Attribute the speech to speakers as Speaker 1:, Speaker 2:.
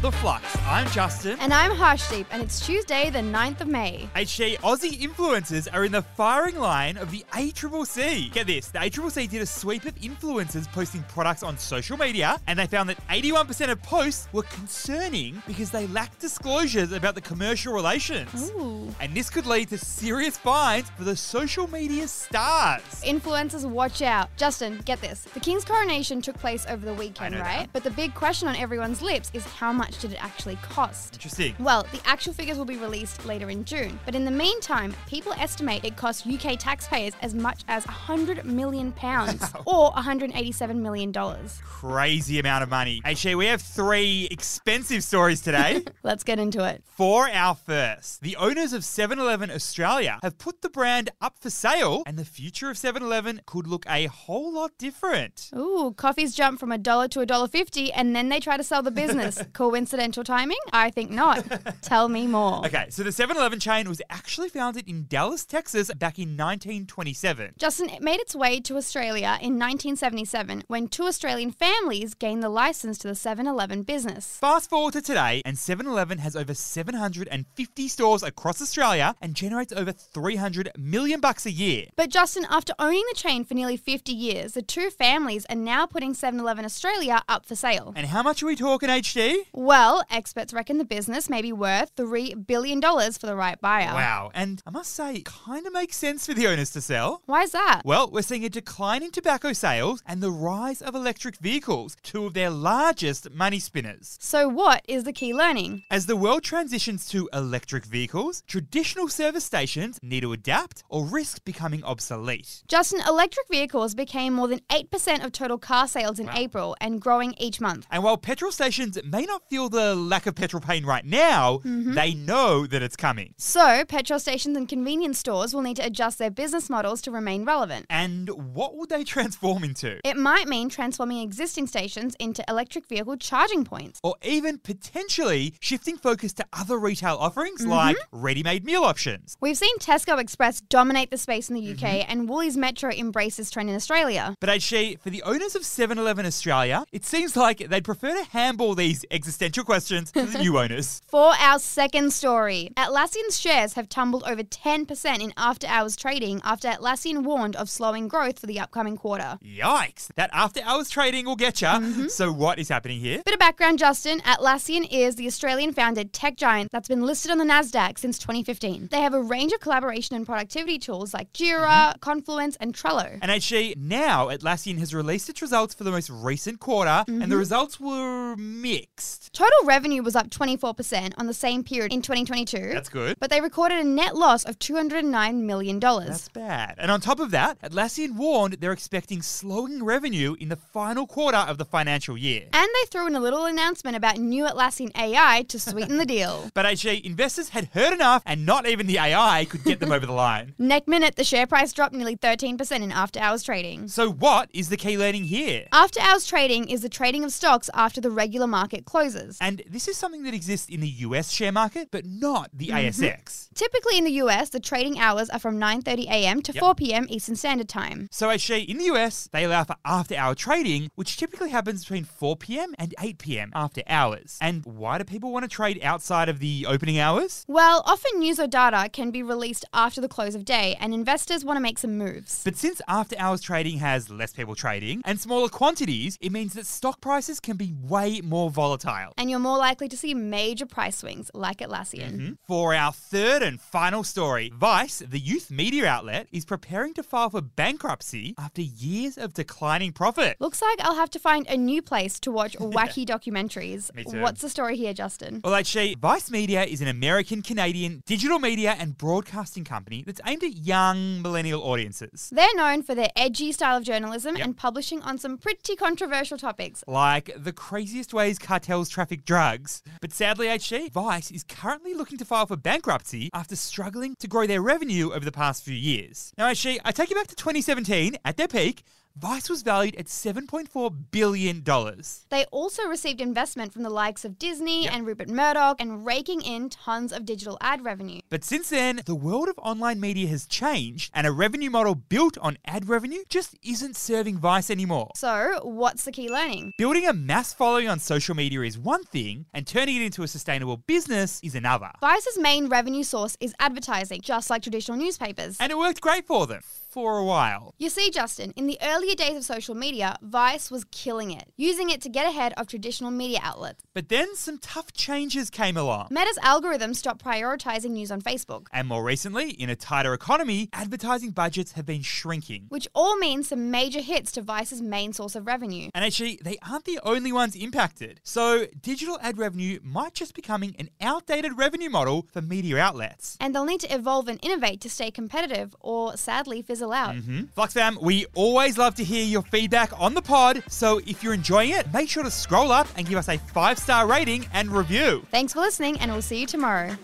Speaker 1: The Flux. I'm Justin.
Speaker 2: And I'm Harshdeep, and it's Tuesday, the 9th of May.
Speaker 1: HG E Aussie influencers are in the firing line of the ACCC. Get this, the ACCC did a sweep of influencers posting products on social media, and they found that 81% of posts were concerning because they lacked disclosures about the commercial relations.
Speaker 2: Ooh.
Speaker 1: And this could lead to serious fines for the social media stars.
Speaker 2: Influencers, watch out. Justin, get this. The king's coronation took place over the weekend,
Speaker 1: know that.
Speaker 2: right? But the big question on everyone's lips is how much did it actually cost?
Speaker 1: Interesting.
Speaker 2: Well, the actual figures will be released later in June. But in the meantime, people estimate it cost UK taxpayers as much as 100 million pounds or 187 million dollars.
Speaker 1: Crazy amount of money. HG, we have three expensive stories today.
Speaker 2: Let's get into it.
Speaker 1: For our first, the owners of 7 Eleven Australia have put the brand up for sale, and the future of 7 Eleven could look a whole lot different.
Speaker 2: Ooh, coffees jump from a dollar to a dollar fifty, and then they try to sell the business. Coincidental timing? I think not. Tell me more.
Speaker 1: Okay, so the 7 Eleven chain was actually founded in Dallas, Texas back in 1927.
Speaker 2: Justin, it made its way to Australia in 1977 when two Australian families gained the license to the 7 Eleven business.
Speaker 1: Fast forward to today, and 7 Eleven has over 750 stores across Australia and generates over 300 million bucks a year.
Speaker 2: But Justin, after owning the chain for nearly 50 years, the two families are now putting 7 Eleven Australia up for sale.
Speaker 1: And how much are we talking, HD?
Speaker 2: Well, experts reckon the business may be worth $3 billion for the right buyer.
Speaker 1: Wow. And I must say, it kind of makes sense for the owners to sell.
Speaker 2: Why is that?
Speaker 1: Well, we're seeing a decline in tobacco sales and the rise of electric vehicles, two of their largest money spinners.
Speaker 2: So, what is the key learning?
Speaker 1: As the world transitions to electric vehicles, traditional service stations need to adapt or risk becoming obsolete.
Speaker 2: Justin, electric vehicles became more than 8% of total car sales in April and growing each month.
Speaker 1: And while petrol stations may not feel the lack of petrol pain right now, they know that it's coming.
Speaker 2: So, petrol stations and convenience stores will need to adjust their business models to remain relevant.
Speaker 1: And what would they transform into?
Speaker 2: It might mean transforming existing stations into electric vehicle charging points.
Speaker 1: Or even potentially shifting focus to other retail offerings like ready made meal options.
Speaker 2: We've seen Tesco Express dominate the space in the UK, and Woolies Metro embrace this trend in Australia.
Speaker 1: But HG, for the owners of 7 Eleven Australia, it seems like they'd prefer to handball these existential questions to the new owners.
Speaker 2: For our second story, Atlassian's shares have tumbled over 10% in after hours trading after Atlassian warned of slowing growth for the upcoming quarter.
Speaker 1: Yikes, that after hours trading will get you. So, what is happening here?
Speaker 2: Bit of background, Justin. Atlassian is the Australian founded tech giant that's been listed on the NASDAQ since 2015. They have a range of collaboration and productivity tools like
Speaker 1: Mm-hmm.
Speaker 2: Jira, Confluence, and Trello.
Speaker 1: And HG, now Atlassian has released its results for the most recent quarter, and the results were mixed.
Speaker 2: Total revenue was up 24% on the same period in 2022.
Speaker 1: That's good.
Speaker 2: but they recorded a net loss of $209 million.
Speaker 1: That's bad. And on top of that, Atlassian warned they're expecting slowing revenue in the final quarter of the financial year.
Speaker 2: And they threw in a little announcement about new Atlassian AI to sweeten the deal.
Speaker 1: But HG, investors had heard enough, and not even the AI could get them over the line.
Speaker 2: Next minute, the share price dropped nearly 13% in after hours trading.
Speaker 1: So, what is the key learning here?
Speaker 2: After hours trading is the trading of stocks after the regular market closes.
Speaker 1: And this is something that exists in the US share market, but not the ASX.
Speaker 2: Typically in the US, the trading hours are from 9:30 a.m. to 4 p.m. Eastern Standard Time.
Speaker 1: So, actually, in the US, they allow for after hour trading, which typically happens between 4 p.m. and 8 p.m. after hours. And why do people want to trade outside of the opening hours?
Speaker 2: Well, often news or data can be released after the close of day and investors want to make some moves.
Speaker 1: But since after hours trading has less people trading and smaller quantities, it means that stock prices can be way more volatile.
Speaker 2: And you're more likely to see major price swings like Atlassian.
Speaker 1: Mm-hmm. Hmm? For our third and final story, Vice, the youth media outlet, is preparing to file for bankruptcy after years of declining profit.
Speaker 2: Looks like I'll have to find a new place to watch wacky documentaries.
Speaker 1: Me too. Oh.
Speaker 2: What's the story here, Justin?
Speaker 1: Well, actually, Vice Media is an American Canadian digital media and broadcasting company that's aimed at young millennial audiences,
Speaker 2: They're known for their edgy style of journalism
Speaker 1: Yep.
Speaker 2: and publishing on some pretty controversial topics.
Speaker 1: like the craziest ways cartels traffic drugs. But sadly, HG, Vice is currently looking to file for bankruptcy after struggling to grow their revenue over the past few years. Now, HG, I take you back to 2017 at their peak. Vice was valued at $7.4 billion.
Speaker 2: They also received investment from the likes of Disney
Speaker 1: Yep.
Speaker 2: and Rupert Murdoch and raking in tons of digital ad revenue.
Speaker 1: But since then, the world of online media has changed, and a revenue model built on ad revenue just isn't serving Vice anymore.
Speaker 2: So, what's the key learning?
Speaker 1: Building a mass following on social media is one thing, and turning it into a sustainable business is another.
Speaker 2: Vice's main revenue source is advertising, just like traditional newspapers.
Speaker 1: And it worked great for them for a while.
Speaker 2: You see, Justin, in the earlier days of social media, Vice was killing it, using it to get ahead of traditional media outlets.
Speaker 1: But then some tough changes came along.
Speaker 2: Meta's algorithm stopped prioritizing news on Facebook,
Speaker 1: And more recently, in a tighter economy, advertising budgets have been shrinking.
Speaker 2: which all means some major hits to Vice's main source of revenue.
Speaker 1: And actually, they aren't the only ones impacted. So, digital ad revenue might just becoming an outdated revenue model for media outlets.
Speaker 2: And they'll need to evolve and innovate to stay competitive or sadly fizzle out.
Speaker 1: Hmm? Flux fam, we always love to hear your feedback on the pod. So, if you're enjoying it, make sure to scroll up and give us a five star rating and review.
Speaker 2: Thanks for listening, and we'll see you tomorrow.